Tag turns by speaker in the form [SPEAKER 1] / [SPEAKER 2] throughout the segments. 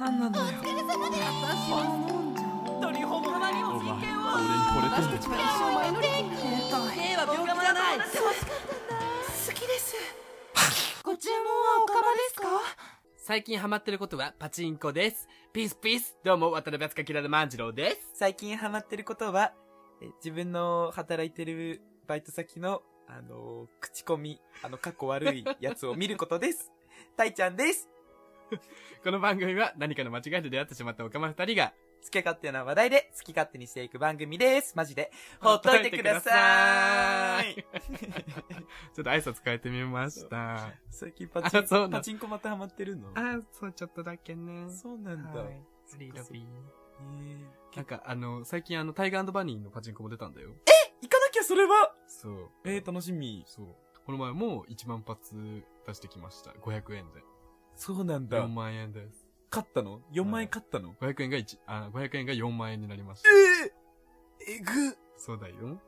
[SPEAKER 1] 何なのよ
[SPEAKER 2] お疲れ様です
[SPEAKER 1] 私は飲んじゃおう
[SPEAKER 3] 当にほんまにも
[SPEAKER 4] お
[SPEAKER 3] 人
[SPEAKER 4] 前
[SPEAKER 3] 権
[SPEAKER 4] 俺に惚れて
[SPEAKER 1] 私
[SPEAKER 4] ん
[SPEAKER 1] た
[SPEAKER 4] の
[SPEAKER 1] ちは一生前乗り変態
[SPEAKER 3] は病気じゃない
[SPEAKER 1] 好きですご注文はおかまですか
[SPEAKER 3] 最近ハマってることはパチンコです。ピースピースどうも、渡辺敦明万次郎です。
[SPEAKER 5] 最近ハマってることは、え自分の働いてるバイト先の、あのー口コミ、あの、かっこ悪いやつを見ること です。たいちゃんです。
[SPEAKER 3] この番組は何かの間違いで出会ってしまったオカマ二人が、
[SPEAKER 5] 好き勝手な話題で好き勝手にしていく番組です。マジで。ほっといてくださーい。
[SPEAKER 3] い。ちょっと挨拶変えてみました。
[SPEAKER 5] 最近パチ
[SPEAKER 3] あそうな
[SPEAKER 5] ン、
[SPEAKER 3] ん
[SPEAKER 5] パチンコまたハマってるの
[SPEAKER 3] あ、そう、ちょっとだけね
[SPEAKER 5] そうなんだ。
[SPEAKER 3] はい
[SPEAKER 5] そっかそっかえー
[SPEAKER 3] なんか、あの、最近あの、タイガーバニーのパチンコも出たんだよ。
[SPEAKER 5] 行かなきゃそれは
[SPEAKER 3] そう。
[SPEAKER 5] えー、楽しみ。
[SPEAKER 3] そう。この前も1万発出してきました。500円で。
[SPEAKER 5] そうなん
[SPEAKER 3] 4
[SPEAKER 5] だ。
[SPEAKER 3] 万円です。
[SPEAKER 5] 勝ったの ?4 万円勝ったの
[SPEAKER 3] 500円が1、あ、500円が4万円になりました。
[SPEAKER 5] えー、えぐ
[SPEAKER 3] そうだよ。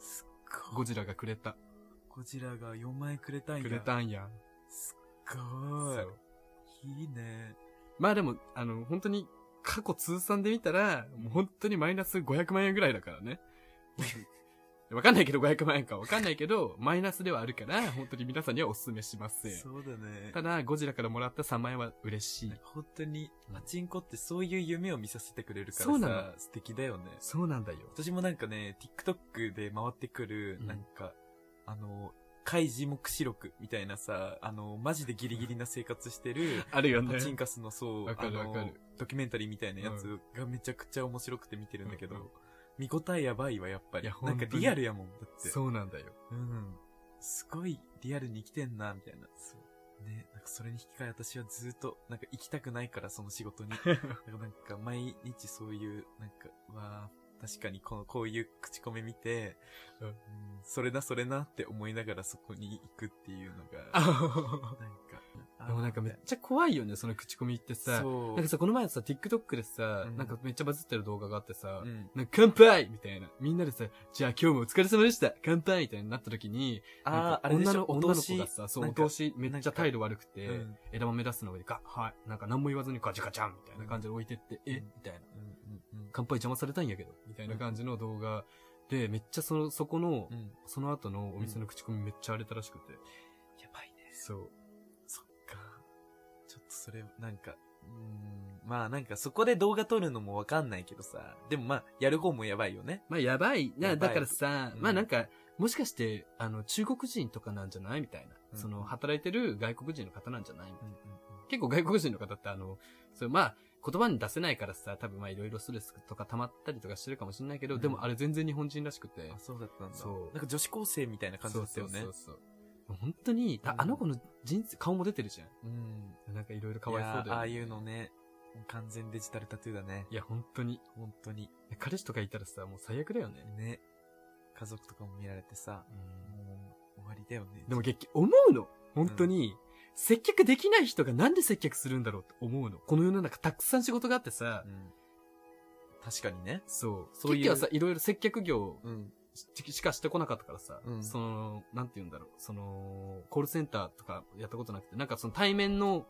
[SPEAKER 5] すっご
[SPEAKER 3] ゴ
[SPEAKER 5] い。
[SPEAKER 3] ジラがくれた。
[SPEAKER 5] ゴジラが4万円くれたんや。
[SPEAKER 3] くれたんや。
[SPEAKER 5] すっご
[SPEAKER 3] そ。
[SPEAKER 5] いういいね。
[SPEAKER 3] まあでも、あの、本当に、過去通算で見たら、もう本当にマイナス500万円ぐらいだからね。 わかんないけど500万円かわかんないけど、マイナスではあるから、本当に皆さんにはお勧めしません。
[SPEAKER 5] そうだね
[SPEAKER 3] た。だ、ゴジラからもらった3万円は嬉しい
[SPEAKER 5] なん。か本当に、パチンコってそういう夢を見させてくれるか
[SPEAKER 3] そうな
[SPEAKER 5] らさ、
[SPEAKER 3] の
[SPEAKER 5] 素敵だよね。
[SPEAKER 3] そうなんだよ。
[SPEAKER 5] 私もなんかね、TikTok で回ってくる
[SPEAKER 3] う、ん
[SPEAKER 5] なんか、あの、開示目視録みたいなさ、あの、マジでギリギリな生活してる、
[SPEAKER 3] あるよね
[SPEAKER 5] パ。チンカスのそう、
[SPEAKER 3] わかる
[SPEAKER 5] あの
[SPEAKER 3] わかる
[SPEAKER 5] ドキュメンタリーみたいなやつがめちゃくちゃ面白くて見てるんだけど、
[SPEAKER 3] うんうん
[SPEAKER 5] 見応えやばいわ、やっぱ
[SPEAKER 3] い
[SPEAKER 5] り
[SPEAKER 3] や。
[SPEAKER 5] な
[SPEAKER 3] 本
[SPEAKER 5] ん
[SPEAKER 3] 当
[SPEAKER 5] か
[SPEAKER 3] に
[SPEAKER 5] リアルやもん、だって。
[SPEAKER 3] そうなんだよ。
[SPEAKER 5] うん。すごいリアルに生きてんな、みたいな。ね、なんかそれに引き換え私はずっと、なんか行きたくないから、その仕 事に。だからなんか毎日そういう、なんか、わあ確かにこの、こういう口コミ見て、
[SPEAKER 3] うん
[SPEAKER 5] うんそれな、それなって思いながらそこに行くっていうのが、なんか
[SPEAKER 3] あでもなんかめっちゃ怖いよね、その口コミって
[SPEAKER 5] あ
[SPEAKER 3] さ。
[SPEAKER 5] そう。
[SPEAKER 3] なんかさ、この前さ、TikTok でさ、
[SPEAKER 5] うん
[SPEAKER 3] なんかめっちゃバズってる動画があってさ、
[SPEAKER 5] うん。
[SPEAKER 3] なんか乾杯みたいな。みんなでさ、じゃあ今日もお疲れ様でした乾杯みたいになった時に、なん
[SPEAKER 5] あ
[SPEAKER 3] か
[SPEAKER 5] あ、あれで
[SPEAKER 3] 女
[SPEAKER 5] し
[SPEAKER 3] の
[SPEAKER 5] ょ、
[SPEAKER 3] 女の
[SPEAKER 5] お通
[SPEAKER 3] 子
[SPEAKER 5] し
[SPEAKER 3] がさ、そう、
[SPEAKER 5] な
[SPEAKER 3] お
[SPEAKER 5] んか
[SPEAKER 3] 通しめっちゃ態度悪くて、
[SPEAKER 5] うん
[SPEAKER 3] 枝豆出すの上でガッ、はい、なんか何も言わずにガチャガチャンみたいな感じで置いてって、
[SPEAKER 5] ん
[SPEAKER 3] え
[SPEAKER 5] うん
[SPEAKER 3] みたいな。
[SPEAKER 5] うんうん
[SPEAKER 3] 乾杯邪魔されたんやけど、みたいな感じの動画で、めっちゃその、そこの、
[SPEAKER 5] うん。うん。
[SPEAKER 3] その後のお店の口コミめっちゃ荒れたらしくて。
[SPEAKER 5] やばいね。
[SPEAKER 3] そう。
[SPEAKER 5] そっか。ちょっとそれ、なんか、うーん、まあなんかそこで動画撮るのもわかんないけどさ、でもまあ、やる方もやばいよね。
[SPEAKER 3] まあやばい。な
[SPEAKER 5] やばい
[SPEAKER 3] だからさ、
[SPEAKER 5] うん
[SPEAKER 3] まあなんか、もしかして、あの、中国人とかなんじゃないみたいな。
[SPEAKER 5] うん
[SPEAKER 3] その、働いてる外国人の方なんじゃない
[SPEAKER 5] うんうん
[SPEAKER 3] 結構外国人の方ってあの、そう、まあ、言葉に出せないからさ、多分まあいろいろストレスとか溜まったりとかしてるかもしれないけど、
[SPEAKER 5] うん
[SPEAKER 3] でもあれ全然日本人らしくて
[SPEAKER 5] あ、。そうだったんだ。
[SPEAKER 3] そう
[SPEAKER 5] なんか女子高生みたいな感じだったよ
[SPEAKER 3] そ
[SPEAKER 5] ね。
[SPEAKER 3] うそうそうそう。本当に、あ
[SPEAKER 5] うん
[SPEAKER 3] あの子の人生、顔も出てるじゃ
[SPEAKER 5] うん。
[SPEAKER 3] ん。なんかいろいろかわいそうだよ、
[SPEAKER 5] い
[SPEAKER 3] ね。
[SPEAKER 5] やああいうのね、もう完全デジタルタトゥーだね。
[SPEAKER 3] いや、本当に。
[SPEAKER 5] 本当に。
[SPEAKER 3] 彼氏とかいたらさ、もう最悪だよね。
[SPEAKER 5] ね。家族とかも見られてさ、もう終わりだよね。
[SPEAKER 3] でも結局、思うの本当に、接客できない人がなんで接客するんだろうって思うの。この世の中たくさん仕事があってさ、
[SPEAKER 5] うん。確かにね。
[SPEAKER 3] そう。
[SPEAKER 5] そういう
[SPEAKER 3] 結局はさ、いろいろ接客業
[SPEAKER 5] うん。
[SPEAKER 3] ししかしてこなかったからさ、
[SPEAKER 5] うん
[SPEAKER 3] その、なんて言うんだろう、その、コールセンターとかやったことなくて、なんかその対面の、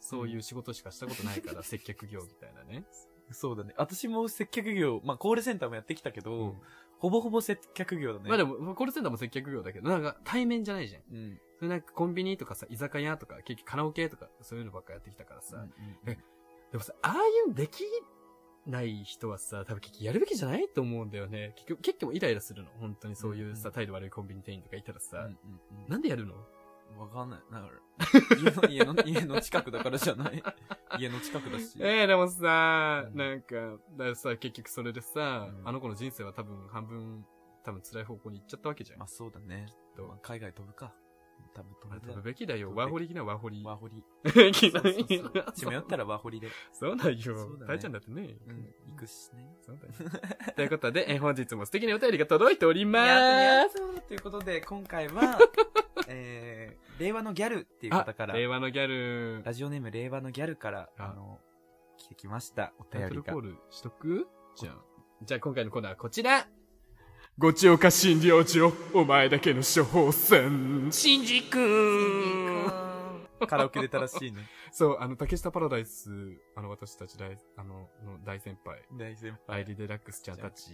[SPEAKER 3] そういう仕事しかしたことないから、接客業みたいな ね。
[SPEAKER 5] そうだね。私も接客業、まあコールセンターもやってきたけど、
[SPEAKER 3] うん
[SPEAKER 5] ほぼほぼ接客業だね。
[SPEAKER 3] まあでも、コールセンターも接客業だけど、なんか対面じゃないじゃん。
[SPEAKER 5] うん。
[SPEAKER 3] それなんかコンビニとかさ、居酒屋とか、結局カラオケとか、そういうのばっかやってきたからさ、えでもさ、ああいうできない人はさ、多分結局やるべきじゃないと思うんだよね。結局、結局イライラするの。本当にそういう
[SPEAKER 5] うんう
[SPEAKER 3] さ、
[SPEAKER 5] ん
[SPEAKER 3] 態度悪いコンビニ店員とかいたらさ、
[SPEAKER 5] うんうん
[SPEAKER 3] なんでやるの
[SPEAKER 5] うんわかんない。なんか、家の、家の、家の近くだからじゃない。家の近くだし。
[SPEAKER 3] ええでもさ、
[SPEAKER 5] うん
[SPEAKER 3] なんか、だからさ、結局それでさ、
[SPEAKER 5] うん
[SPEAKER 3] あの子の人生は多分半分、多分辛い方向に行っちゃったわけじゃん。
[SPEAKER 5] まあそうだね。
[SPEAKER 3] と
[SPEAKER 5] まあ海外飛ぶか。多分飛
[SPEAKER 3] まあ
[SPEAKER 5] ぶ
[SPEAKER 3] 飛
[SPEAKER 5] だ
[SPEAKER 3] ぶべきだよ。
[SPEAKER 5] 飛ぶべき
[SPEAKER 3] ワーホリ行きな、ワーホリ。
[SPEAKER 5] ワーホリ。
[SPEAKER 3] 行
[SPEAKER 5] そ
[SPEAKER 3] き
[SPEAKER 5] う
[SPEAKER 3] な
[SPEAKER 5] そう
[SPEAKER 3] 行きな
[SPEAKER 5] そう。血迷ったらワーホリで。
[SPEAKER 3] そうだよ。
[SPEAKER 5] そうだね
[SPEAKER 3] 大ちゃんだってね。
[SPEAKER 5] うん。行くしね。
[SPEAKER 3] そうだよ。ということで、え本日も素敵なお便りが届いておりま
[SPEAKER 5] や
[SPEAKER 3] ー
[SPEAKER 5] っ
[SPEAKER 3] す。
[SPEAKER 5] とということで、今 回は、えー、令和のギャルっていう
[SPEAKER 3] あ
[SPEAKER 5] 方か、ら、
[SPEAKER 3] 令和のギャル。
[SPEAKER 5] ラジオネーム令和のギャルから、
[SPEAKER 3] あ
[SPEAKER 5] あの、来てきました。お
[SPEAKER 3] タイ
[SPEAKER 5] 便
[SPEAKER 3] トル
[SPEAKER 5] り
[SPEAKER 3] コ
[SPEAKER 5] が
[SPEAKER 3] ー。ルしとくじゃあ。じゃあ今回のコーナーはこちら。ごちおか診療所、お前だけの処方箋。しんじくん。
[SPEAKER 5] カラオケ出たらしいね。
[SPEAKER 3] そう、あの、竹下パラダイス、あの、私たち大、あの、の大先輩、
[SPEAKER 5] 大先
[SPEAKER 3] ア
[SPEAKER 5] 輩
[SPEAKER 3] イリデラックスちゃんたち、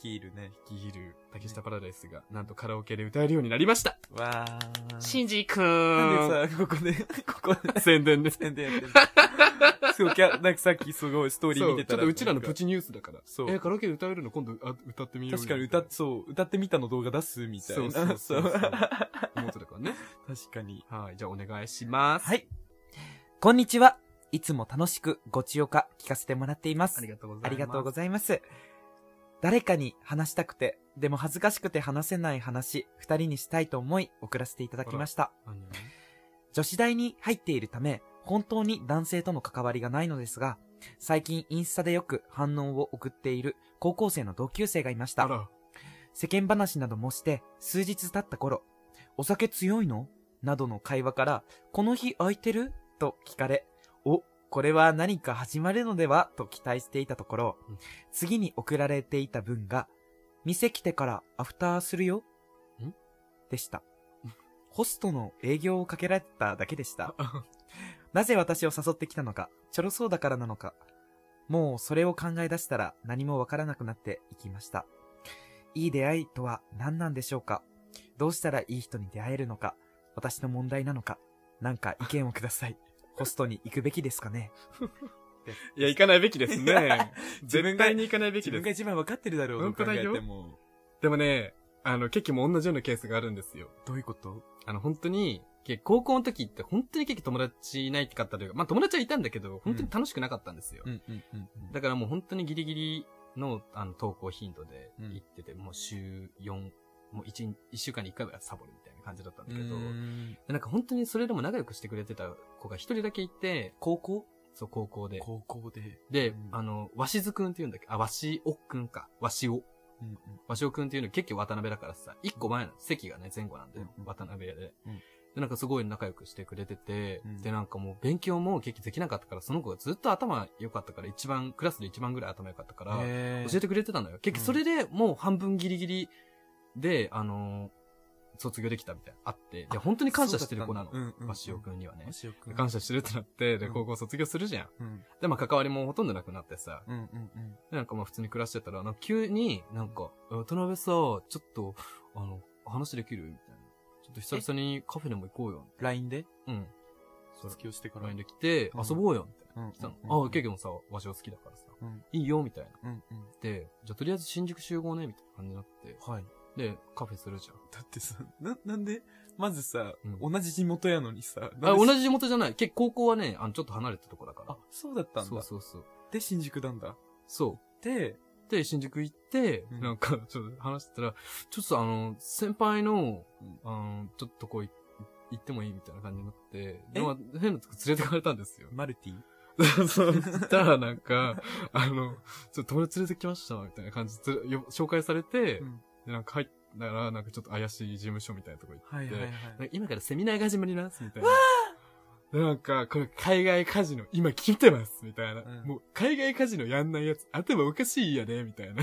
[SPEAKER 5] 率いるね。
[SPEAKER 3] ギール、竹下パラダイスが、なんとカラオケで歌えるようになりました
[SPEAKER 5] わー。
[SPEAKER 3] ンジく
[SPEAKER 5] なんでさ、ここで、 ここで
[SPEAKER 3] 宣伝です。
[SPEAKER 5] 宣伝やってる。すごい、キャなんかさっきすごいストーリー
[SPEAKER 3] そ
[SPEAKER 5] 見て
[SPEAKER 3] う、ち
[SPEAKER 5] た
[SPEAKER 3] ょっ
[SPEAKER 5] ら。
[SPEAKER 3] とうちらの
[SPEAKER 5] なんか
[SPEAKER 3] プチニュースだから。
[SPEAKER 5] そう
[SPEAKER 3] え、カラオケで歌えるの今度あ歌ってみようよ
[SPEAKER 5] 確かに歌っ、そう、歌ってみたの動画出すみたい
[SPEAKER 3] そう
[SPEAKER 5] な。
[SPEAKER 3] そうそう。そ
[SPEAKER 5] そ
[SPEAKER 3] う思ってたからね。
[SPEAKER 5] 確かに。
[SPEAKER 3] はい、じゃあお願いします。
[SPEAKER 2] はい。こんにちは。いつも楽しくご知用か聞かせてもらっています。
[SPEAKER 3] ありがとうございます。
[SPEAKER 2] ありがとうございます。誰かに話したくて、でも恥ずかしくて話せない話、二人にしたいと思い送らせていただきました。
[SPEAKER 3] あのね
[SPEAKER 2] 女子大に入っているため、本当に男性との関わりがないのですが、最近インスタでよく反応を送っている高校生の同級生がいました
[SPEAKER 3] あ。ら、
[SPEAKER 2] 世間話などもして、数日経った頃、お酒強いのなどの会話から、この日空いてると聞かれ、お、これは何か始まるのではと期待していたところ
[SPEAKER 3] うん、
[SPEAKER 2] 次に送られていた文が、店来てからアフターするよ
[SPEAKER 3] ん
[SPEAKER 2] でした。ホストの営業をかけられただけでした。なぜ私を誘ってきたのか、ちょろそうだからなのか、もうそれを考え出したら何もわからなくなっていきました。いい出会いとは何なんでしょうかどうしたらいい人に出会えるのか私の問題なのかなんか意見をください。ホストに行くべきですかね
[SPEAKER 3] いや、行かないべきですね。
[SPEAKER 5] 自分
[SPEAKER 3] 絶
[SPEAKER 5] が
[SPEAKER 3] 対に行かないべき
[SPEAKER 5] 自
[SPEAKER 3] で
[SPEAKER 5] 分
[SPEAKER 3] す
[SPEAKER 5] が。一番分かってるだろう、どう考えて
[SPEAKER 3] 本
[SPEAKER 5] も。
[SPEAKER 3] でもね、あの、ケキも同じようなケースがあるんですよ。
[SPEAKER 5] どういうこと
[SPEAKER 3] あの、本当に、け高校の時って本当に結構友達いないかったというか、まあ友達はいたんだけど、本当に楽しくなかったんですよ。
[SPEAKER 5] んうんうん。
[SPEAKER 3] だからもう本当にギリギリの、あの、投稿頻度で
[SPEAKER 5] うん
[SPEAKER 3] 行ってて、もう週4、もう 1, 一週間に1回はサボるみたいな感じだったんだ
[SPEAKER 5] う
[SPEAKER 3] けど、
[SPEAKER 5] ん。
[SPEAKER 3] でなんか本当にそれでも仲良くしてくれてた子が一人だけいて、
[SPEAKER 2] 高校
[SPEAKER 3] そう、高校で。
[SPEAKER 5] 高校で。
[SPEAKER 3] で、
[SPEAKER 5] うん
[SPEAKER 3] あの、わしずくんって言うんだっけあ、わしおくんか。わしお。
[SPEAKER 5] うんうん。
[SPEAKER 3] わしおくんっていうの結構渡辺だからさ、一個前なの。席がね、前後なんで、
[SPEAKER 5] うんうん
[SPEAKER 3] 渡辺で。
[SPEAKER 5] うん
[SPEAKER 3] で、なんかすごい仲良くしてくれてて、
[SPEAKER 5] うん
[SPEAKER 3] で、なんかもう勉強も結局できなかったから、その子がずっと頭良かったから、一番、クラスで一番ぐらい頭良かったから、
[SPEAKER 5] え
[SPEAKER 3] 教えてくれてたのよ。結局それでもう半分ギリギリで、あのー卒業できたみたいな、あって、で、本当に感謝してる子なの。
[SPEAKER 5] そうだったんだうんうんうん
[SPEAKER 3] わしおくんにはね
[SPEAKER 5] も。しよくん。
[SPEAKER 3] 感謝してるってなって、で、
[SPEAKER 5] うん
[SPEAKER 3] 高校卒業するじゃん。
[SPEAKER 5] うん
[SPEAKER 3] で、まあ関わりもほとんどなくなってさ、
[SPEAKER 5] うんうんうん。
[SPEAKER 3] でなんかまあ普通に暮らしてたら、なんか急になんか、え渡辺さ、ちょっと、あの、話できるみたいな。ちょっと久々にカフェでも行こうよ。
[SPEAKER 5] LINE で
[SPEAKER 3] うん。
[SPEAKER 5] 卒業してから。
[SPEAKER 3] LINE で来て、
[SPEAKER 5] うん
[SPEAKER 3] 遊ぼうよ。みたいな。
[SPEAKER 5] うんうんうん
[SPEAKER 3] 来たの。あ、ケーキもさ、わしは好きだからさ。
[SPEAKER 5] うん
[SPEAKER 3] いいよ、みたいな。
[SPEAKER 5] うんうん。
[SPEAKER 3] で、じゃあとりあえず新宿集合ね、みたいな感じになって。
[SPEAKER 5] はい。
[SPEAKER 3] で、カフェするじゃん。
[SPEAKER 5] だってさ、な、なんで、まずさ、
[SPEAKER 3] う
[SPEAKER 5] 同じ地元やのにさ、
[SPEAKER 3] あ、同
[SPEAKER 5] じ。
[SPEAKER 3] じ地元じゃない。結構高校はね、あの、ちょっと離れたとこだから
[SPEAKER 5] あ。、そうだったん
[SPEAKER 3] そう
[SPEAKER 5] だ。
[SPEAKER 3] そうそう。
[SPEAKER 5] で、新宿なんだ。
[SPEAKER 3] そう。
[SPEAKER 5] で、
[SPEAKER 3] で、新宿行って、
[SPEAKER 5] うん
[SPEAKER 3] なんか、 ちょっと話してたら、ちょっとあの、先輩の
[SPEAKER 5] うん、
[SPEAKER 3] あの、ちょっとこうい、行ってもいいみたいな感じになって、
[SPEAKER 5] え。
[SPEAKER 3] でまあ変なとこ連れてかれたんですよ
[SPEAKER 5] マルティ
[SPEAKER 3] そう、行ったらなんか、あの、ちょっと友達連れてきました、みたいな感じで、つれよ紹介されて、
[SPEAKER 5] うん
[SPEAKER 3] で、なんか入ったら、なんかちょっと怪しい事務所みたいなとこ行って、
[SPEAKER 5] はいはいは
[SPEAKER 3] な
[SPEAKER 5] い。
[SPEAKER 3] んか今からセミナーが始まります、みたいな。でなんか、これ海外カジノ、今聞いてます、みたいな。
[SPEAKER 5] うん
[SPEAKER 3] もう、海外カジノやんないやつ、頭おかしいやね、みた いな。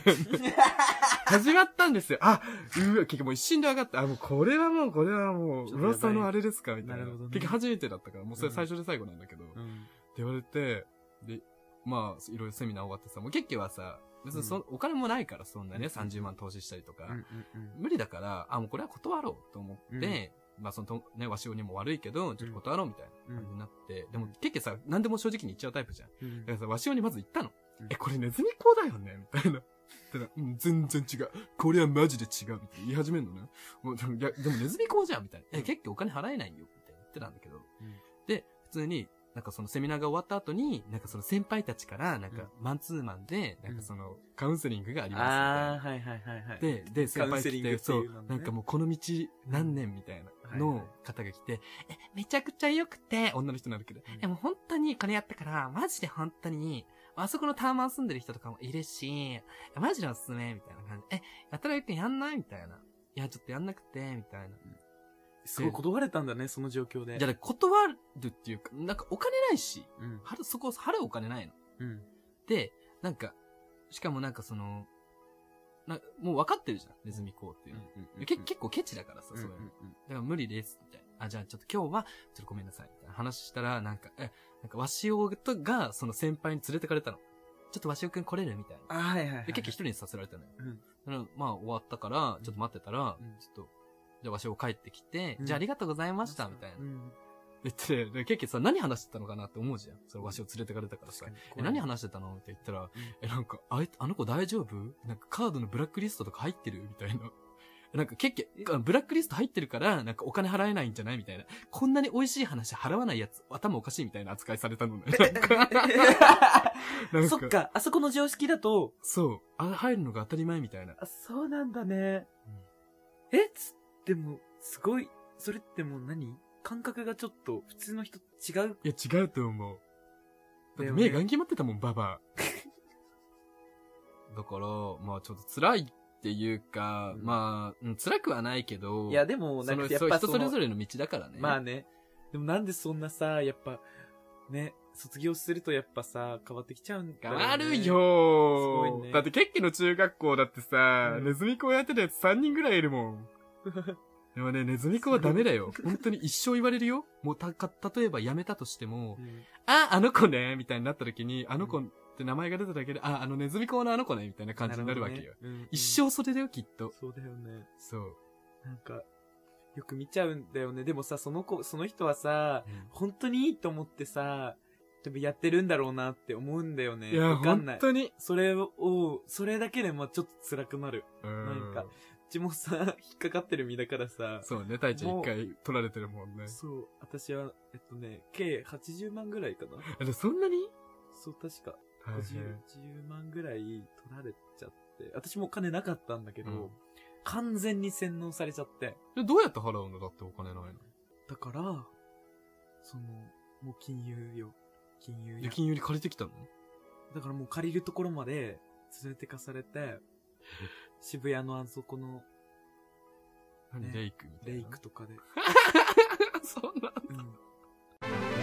[SPEAKER 3] 始まったんですよ。あ、うわ、結局もう一瞬で上がった。あ、もうこれはもう、これはもう、
[SPEAKER 5] ちょっとやばい
[SPEAKER 3] 噂のあれですか、みたいな。
[SPEAKER 5] なるほどね
[SPEAKER 3] 結局初めてだったから、もうそれ
[SPEAKER 5] うん
[SPEAKER 3] 最初で最後なんだけど。って
[SPEAKER 5] うん。
[SPEAKER 3] 言われて、で、まあ、いろいろセミナー終わってさ、もう結局はさ、別にそ、お金もないから、そんなね、
[SPEAKER 5] うん
[SPEAKER 3] 30万投資したりとか。
[SPEAKER 5] うんうん
[SPEAKER 3] 無理だから、あ、もうこれは断ろうと思って、まあそのと、ね、わしおにも悪いけど、ちょっと断ろうみたいな感じになって、でも結局さ、何でも正直に言っちゃうタイプじゃん。だ
[SPEAKER 5] うん
[SPEAKER 3] からさ、わしおにまず言ったの。
[SPEAKER 5] うん
[SPEAKER 3] え、これネズミ講だよねみたいな。ただ、うん、全然違う。これはマジで違う。みたいな言い始めるのね。もうでも、いや、でもネズミ講じゃんみたいな。え、結局お金払えないよ。みたいな言ってたんだけど。
[SPEAKER 5] ん
[SPEAKER 3] で、普通に、なんかそのセミナーが終わった後に、なんかその先輩たちから、なんかマンツーマンで、なんかそのカウンセリングがありますみたいな。
[SPEAKER 5] あー、はいはいはいはい。
[SPEAKER 3] で、で、先輩
[SPEAKER 5] カウンセ
[SPEAKER 3] 来
[SPEAKER 5] リング
[SPEAKER 3] て、
[SPEAKER 5] って
[SPEAKER 3] そ
[SPEAKER 5] いう
[SPEAKER 3] う
[SPEAKER 5] のね、
[SPEAKER 3] なんかもうこの道何年みたい
[SPEAKER 5] は
[SPEAKER 3] ない
[SPEAKER 5] はい
[SPEAKER 3] の方が来て、え、めちゃくちゃ良くて、女の人なんだけど、
[SPEAKER 5] うん
[SPEAKER 3] え、もう本当にこれやったから、マジで本当に、あそこのタワマン住んでる人とかもいるし、えマジでおすすめみたいな感じ。え、やたらよくやんないみたいな。いや、ちょっとやんなくて、みたいな。
[SPEAKER 5] すごい断れたんだね、その状況で。
[SPEAKER 3] じゃあ、断るっていうか、なんかお金ないし、
[SPEAKER 5] うん。
[SPEAKER 3] 払うそこ、払うお金ないの。
[SPEAKER 5] うん。
[SPEAKER 3] で、なんか、しかもなんかその、なもう分かってるじゃん、ネズミ講っていうの。
[SPEAKER 6] うん
[SPEAKER 3] け結構ケチだからさ、そうれ
[SPEAKER 6] んう
[SPEAKER 3] は。
[SPEAKER 6] んうん
[SPEAKER 3] だから無理です、みたいな。あ、じゃあちょっと今日は、ちょっとごめんなさい、みたいな話したら、なんか、え、なんか、わしおとが、その先輩に連れてかれたの。ちょっとわしおくん来れるみたいな。
[SPEAKER 6] あ、はいはいはい。
[SPEAKER 3] で、結構一人にさせられたのよ。
[SPEAKER 6] うん
[SPEAKER 3] だからまあ、終わったから、ちょっと待ってたら、
[SPEAKER 6] うん
[SPEAKER 3] ちょっと、じゃあわしお帰ってきて、
[SPEAKER 6] うん
[SPEAKER 3] じゃあありがとうございました、みたいな
[SPEAKER 6] う。ん
[SPEAKER 3] 言って、で結局さ、何話してたのかなって思うじゃん。それわしを連れてかれたからさ。え、何話してたのって言ったら、え、なんか、あい、あの子大丈夫なんかカードのブラックリストとか入ってるみたいな。 なんか結局、あブラックリスト入ってるから、なんかお金払えないんじゃないみたいな。こんなに美味しい話払わないやつ、頭おかしいみたいな扱いされたの ね。なんかなん
[SPEAKER 5] そっ。か、あそこの常識だと、
[SPEAKER 3] そう。あ、入るのが当たり前みたいな。
[SPEAKER 5] あそうなんだね。えつ、でも、すごい、それってもう何感覚がちょっと普通の人違う。
[SPEAKER 3] いや、違うと思う。だ
[SPEAKER 5] だ
[SPEAKER 3] って
[SPEAKER 5] よね
[SPEAKER 3] 目がん決まってたもん、ババ ア。だから、まあちょっと辛いっていうか、
[SPEAKER 5] うん
[SPEAKER 3] まあ、うん辛くはないけど、
[SPEAKER 5] いや、でも、
[SPEAKER 3] そ
[SPEAKER 5] なん
[SPEAKER 3] の
[SPEAKER 5] か
[SPEAKER 3] そ
[SPEAKER 5] やっ
[SPEAKER 3] う
[SPEAKER 5] ぱ
[SPEAKER 3] 人
[SPEAKER 5] その
[SPEAKER 3] それぞれの道だからね。
[SPEAKER 5] まあね。でもなんでそんなさ、やっぱ、ね、卒業するとやっぱさ、変わってきちゃうんだ
[SPEAKER 3] 変
[SPEAKER 5] ろうね
[SPEAKER 3] わる。よ
[SPEAKER 5] すごいね
[SPEAKER 3] だって、ケッキの中学校だってさ、
[SPEAKER 5] うん
[SPEAKER 3] ネズミ子やってたやつ3人ぐらいいるも ん。でもね、ネズミ子はダメだよ。本当に一生言われるよ。もうた、か、例えば辞めたとしても、
[SPEAKER 5] うん
[SPEAKER 3] あ、あの子ね、みたいになった時に、あの子って名前が出ただけで、あ、あのネズミ子のあの子ね、みたいな感じになるわけよ。
[SPEAKER 5] なほどねうん
[SPEAKER 3] 一生それだよ、きっと。
[SPEAKER 5] そうだよね。
[SPEAKER 3] そう。
[SPEAKER 5] なんか、よく見ちゃうんだよね。でもさ、その子、その人はさ、本当にいいと思ってさ、多分やってるんだろうなって思うんだよね。
[SPEAKER 3] いや、
[SPEAKER 5] わかん
[SPEAKER 3] 本
[SPEAKER 5] ない。
[SPEAKER 3] 当に。
[SPEAKER 5] それを、それだけでまあちょっと辛くなる。
[SPEAKER 3] うん
[SPEAKER 5] なんかうちもさ、引っかかってる身だからさ、
[SPEAKER 3] そうね、大ちゃん一回取られてるもんね。
[SPEAKER 5] そう、私は、えっとね、計80万ぐらいかな。
[SPEAKER 3] あでそんなに
[SPEAKER 5] そう、確か、
[SPEAKER 3] 大
[SPEAKER 5] 50
[SPEAKER 3] 変、
[SPEAKER 5] 10万ぐらい取られちゃって、私もお金なかったんだけど、
[SPEAKER 3] うん
[SPEAKER 5] 完全に洗脳されちゃって、
[SPEAKER 3] でどうやって払うのだってお金ないの。
[SPEAKER 5] だから、その、もう金融よ。金融
[SPEAKER 3] で、
[SPEAKER 5] や。
[SPEAKER 3] 金より借りてきたの
[SPEAKER 5] だからもう借りるところまで連れてかされ て、渋谷のあそこの
[SPEAKER 3] 何
[SPEAKER 5] ね
[SPEAKER 3] レイクみ たい
[SPEAKER 5] レ
[SPEAKER 3] な。
[SPEAKER 5] イク。とかで。
[SPEAKER 3] そんな。
[SPEAKER 5] うん。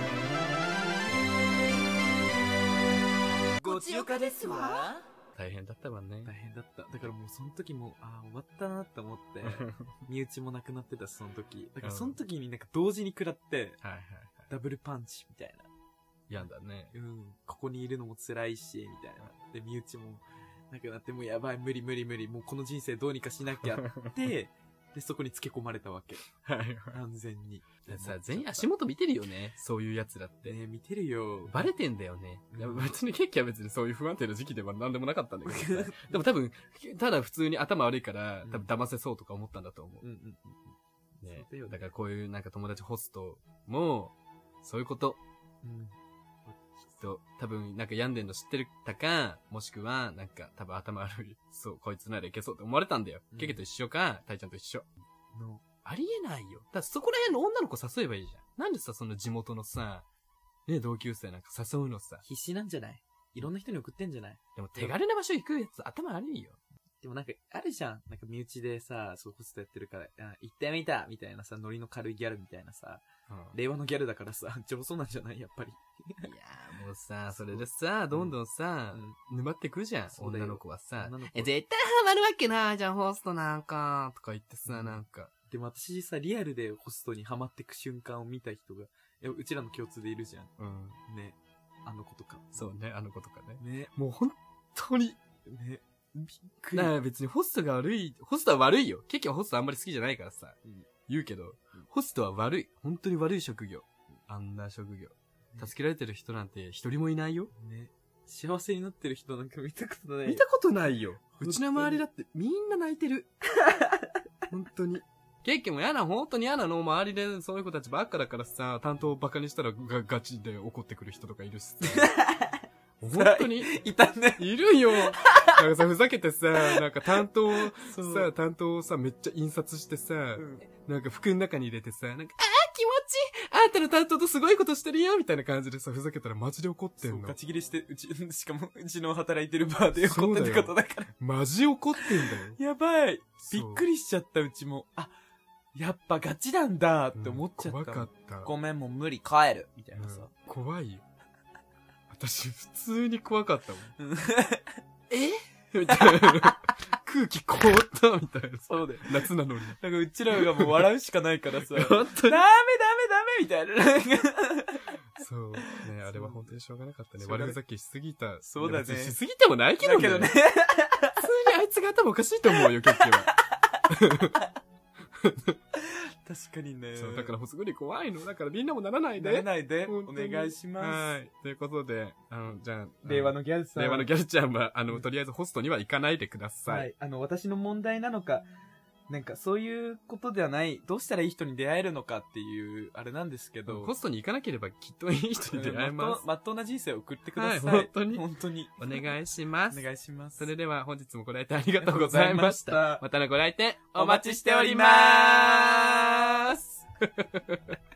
[SPEAKER 1] ごちよかですわ。
[SPEAKER 3] 大変だったわね。
[SPEAKER 5] 大変だった。だからもうその時も、ああ、終わったなって 思って、身内もなくなってたし、その時。だからその時になんか同時に食らって、
[SPEAKER 3] はいはい。
[SPEAKER 5] ダブルパンチみたいな。
[SPEAKER 3] 嫌だ ね。
[SPEAKER 5] うん、ここにいるのも辛いし、みたいな。で、身内も、なくなって、もうやばい、無理無理無理、もうこの人生どうにかしなきゃって、で、そこにつけ込まれたわけ。
[SPEAKER 3] はいはい。
[SPEAKER 5] 完全に。
[SPEAKER 3] でさ、全員足元見てるよね。そういう奴らって。
[SPEAKER 5] ね見てるよ。
[SPEAKER 3] バレてんだよね。
[SPEAKER 5] うん
[SPEAKER 3] いや別にケーキは別にそういう不安定な時期では何でもなかったんだ けどさ。でも多分、ただ普通に頭悪いから、多分騙せそうとか思ったんだと思う。
[SPEAKER 5] うんうん。
[SPEAKER 3] ね
[SPEAKER 5] そうだよね
[SPEAKER 3] だからこういうなんか友達ホストも、そういうこと、
[SPEAKER 5] うん。
[SPEAKER 3] きっと、多分なんか病んでんの知ってるたか、もしくはなんか多分頭悪い、そう、こいつならいけそうって思われたんだよ。
[SPEAKER 5] うん
[SPEAKER 3] ケケと一緒か、タイちゃんと一緒。
[SPEAKER 5] の、
[SPEAKER 3] ありえないよ。だからそこら辺の女の子誘えばいいじゃん。なんでさ、その地元のさ、ね、同級生なんか誘うのさ。
[SPEAKER 5] 必死なんじゃないいろんな人に送ってんじゃない
[SPEAKER 3] でも手軽な場所行くやつ頭悪いよ。
[SPEAKER 5] でもなんか、あるじゃん。なんか身内でさ、そう、ホストやってるから、あ行ってみたみたいなさ、ノリの軽いギャルみたいなさ、
[SPEAKER 3] うん、い
[SPEAKER 5] 令和のギャルだからさ、 上手なんじゃないやっぱり。
[SPEAKER 3] やーもうさ、それでさ、どんどんさ、沼ってくじゃん。
[SPEAKER 5] そうだよ
[SPEAKER 3] 女の子はさ
[SPEAKER 5] 女。の子
[SPEAKER 3] え、絶対ハマるわけないじゃん、ホストなんか。とか言ってさ、なんか。
[SPEAKER 5] でも私さ、リアルでホストにハマってく瞬間を見た人が、いやうちらの共通でいるじゃん。
[SPEAKER 3] うん。
[SPEAKER 5] ね。あの子とか。
[SPEAKER 3] そうね、あの子とかね。
[SPEAKER 5] ね。
[SPEAKER 3] もう本当に。
[SPEAKER 5] ね。びっくり。
[SPEAKER 3] なあ別にホストが悪い、ホストは悪いよ。ケーキはホストあんまり好きじゃないからさ。
[SPEAKER 5] うん
[SPEAKER 3] 言うけど、ホストは悪い。本当に悪い職業。あんな職業。
[SPEAKER 5] ね
[SPEAKER 3] 助けられてる人なんて一人もいないよ。
[SPEAKER 5] ね。幸せになってる人なんか見たことない。
[SPEAKER 3] 見たことないよ。
[SPEAKER 5] 本当
[SPEAKER 3] う
[SPEAKER 5] に
[SPEAKER 3] ちの周りだってみんな泣いて る。本当に。ケーキも嫌な、本当に嫌なの。周りでそういう子たちばっかだからさ、担当をバカにしたらがガチで怒ってくる人とかいるし さ。本当に。
[SPEAKER 5] いたね。
[SPEAKER 3] いるよ。なんかさ、ふざけてさ、なんか担当を
[SPEAKER 5] そ
[SPEAKER 3] さ、担当をさ、めっちゃ印刷してさ、
[SPEAKER 5] うん
[SPEAKER 3] なんか服の中に入れてさ、なんか、あー気持ちいいあんたの担当とすごいことしてるよみたいな感じでさ、ふざけたらマジで怒って
[SPEAKER 5] そ
[SPEAKER 3] ん
[SPEAKER 5] う、
[SPEAKER 3] の
[SPEAKER 5] ガ。チ切れして、うち、 しかも、うちの働いてるバーで怒ってることだから。
[SPEAKER 3] マジ怒ってんだよ。
[SPEAKER 5] やばい。びっ
[SPEAKER 3] そう
[SPEAKER 5] くりしちゃった、うちも。あ、やっぱガチなんだって思っちゃ
[SPEAKER 3] 怖
[SPEAKER 5] った。
[SPEAKER 3] かった。
[SPEAKER 5] ごめん、もう無理、帰る。みたいな
[SPEAKER 3] うん
[SPEAKER 5] さ。
[SPEAKER 3] 怖いよ。 私、普通に怖かったもん。
[SPEAKER 5] うん
[SPEAKER 3] えみたいな。空気凍ったみたいな。
[SPEAKER 5] そうだよ。
[SPEAKER 3] 夏なのに。
[SPEAKER 5] なんかうちらがもう笑うしかな いからさ、ダメ
[SPEAKER 3] 本当に。
[SPEAKER 5] ダメダメみたいな。
[SPEAKER 3] そう。ねあれは本当にしょうがなかったね。
[SPEAKER 5] しょうがな
[SPEAKER 3] 悪
[SPEAKER 5] い
[SPEAKER 3] ふざけしすぎた。
[SPEAKER 5] そうだね
[SPEAKER 3] 別にしすぎてもないけど
[SPEAKER 5] だけどね
[SPEAKER 3] 普 通にあいつが頭おかしいと思うよ、結局は。
[SPEAKER 5] 確かにね。
[SPEAKER 3] そう、だから、ほすぐり怖いの。だからみんなもならない
[SPEAKER 5] 慣れ
[SPEAKER 3] で。
[SPEAKER 5] ないで、
[SPEAKER 3] 本
[SPEAKER 5] お
[SPEAKER 3] 当に
[SPEAKER 5] 願いしま
[SPEAKER 3] はい。ということで、あの、じゃああの、
[SPEAKER 2] 令和のギャルさん。
[SPEAKER 3] 令和のギャルちゃんは、あの、とりあえずホストには行かないでください。
[SPEAKER 2] はい。あの、私の問題なのか、なんかそういうことではない、どうしたらいい人に出会えるのかっていう、あれなんですけ
[SPEAKER 3] でも
[SPEAKER 2] ど、
[SPEAKER 3] ホストに行かなければきっといい人に出会え
[SPEAKER 5] ま
[SPEAKER 3] ま
[SPEAKER 5] っ
[SPEAKER 3] す
[SPEAKER 5] と。まっとうな人生を送ってください。
[SPEAKER 3] はい本当に
[SPEAKER 5] 本当に。
[SPEAKER 3] お願いします
[SPEAKER 5] お。願いします。
[SPEAKER 3] それでは本日もご来店ありがとうございまし。
[SPEAKER 5] ありがとうございましたた
[SPEAKER 3] またのご来店お待ちしておりまーす。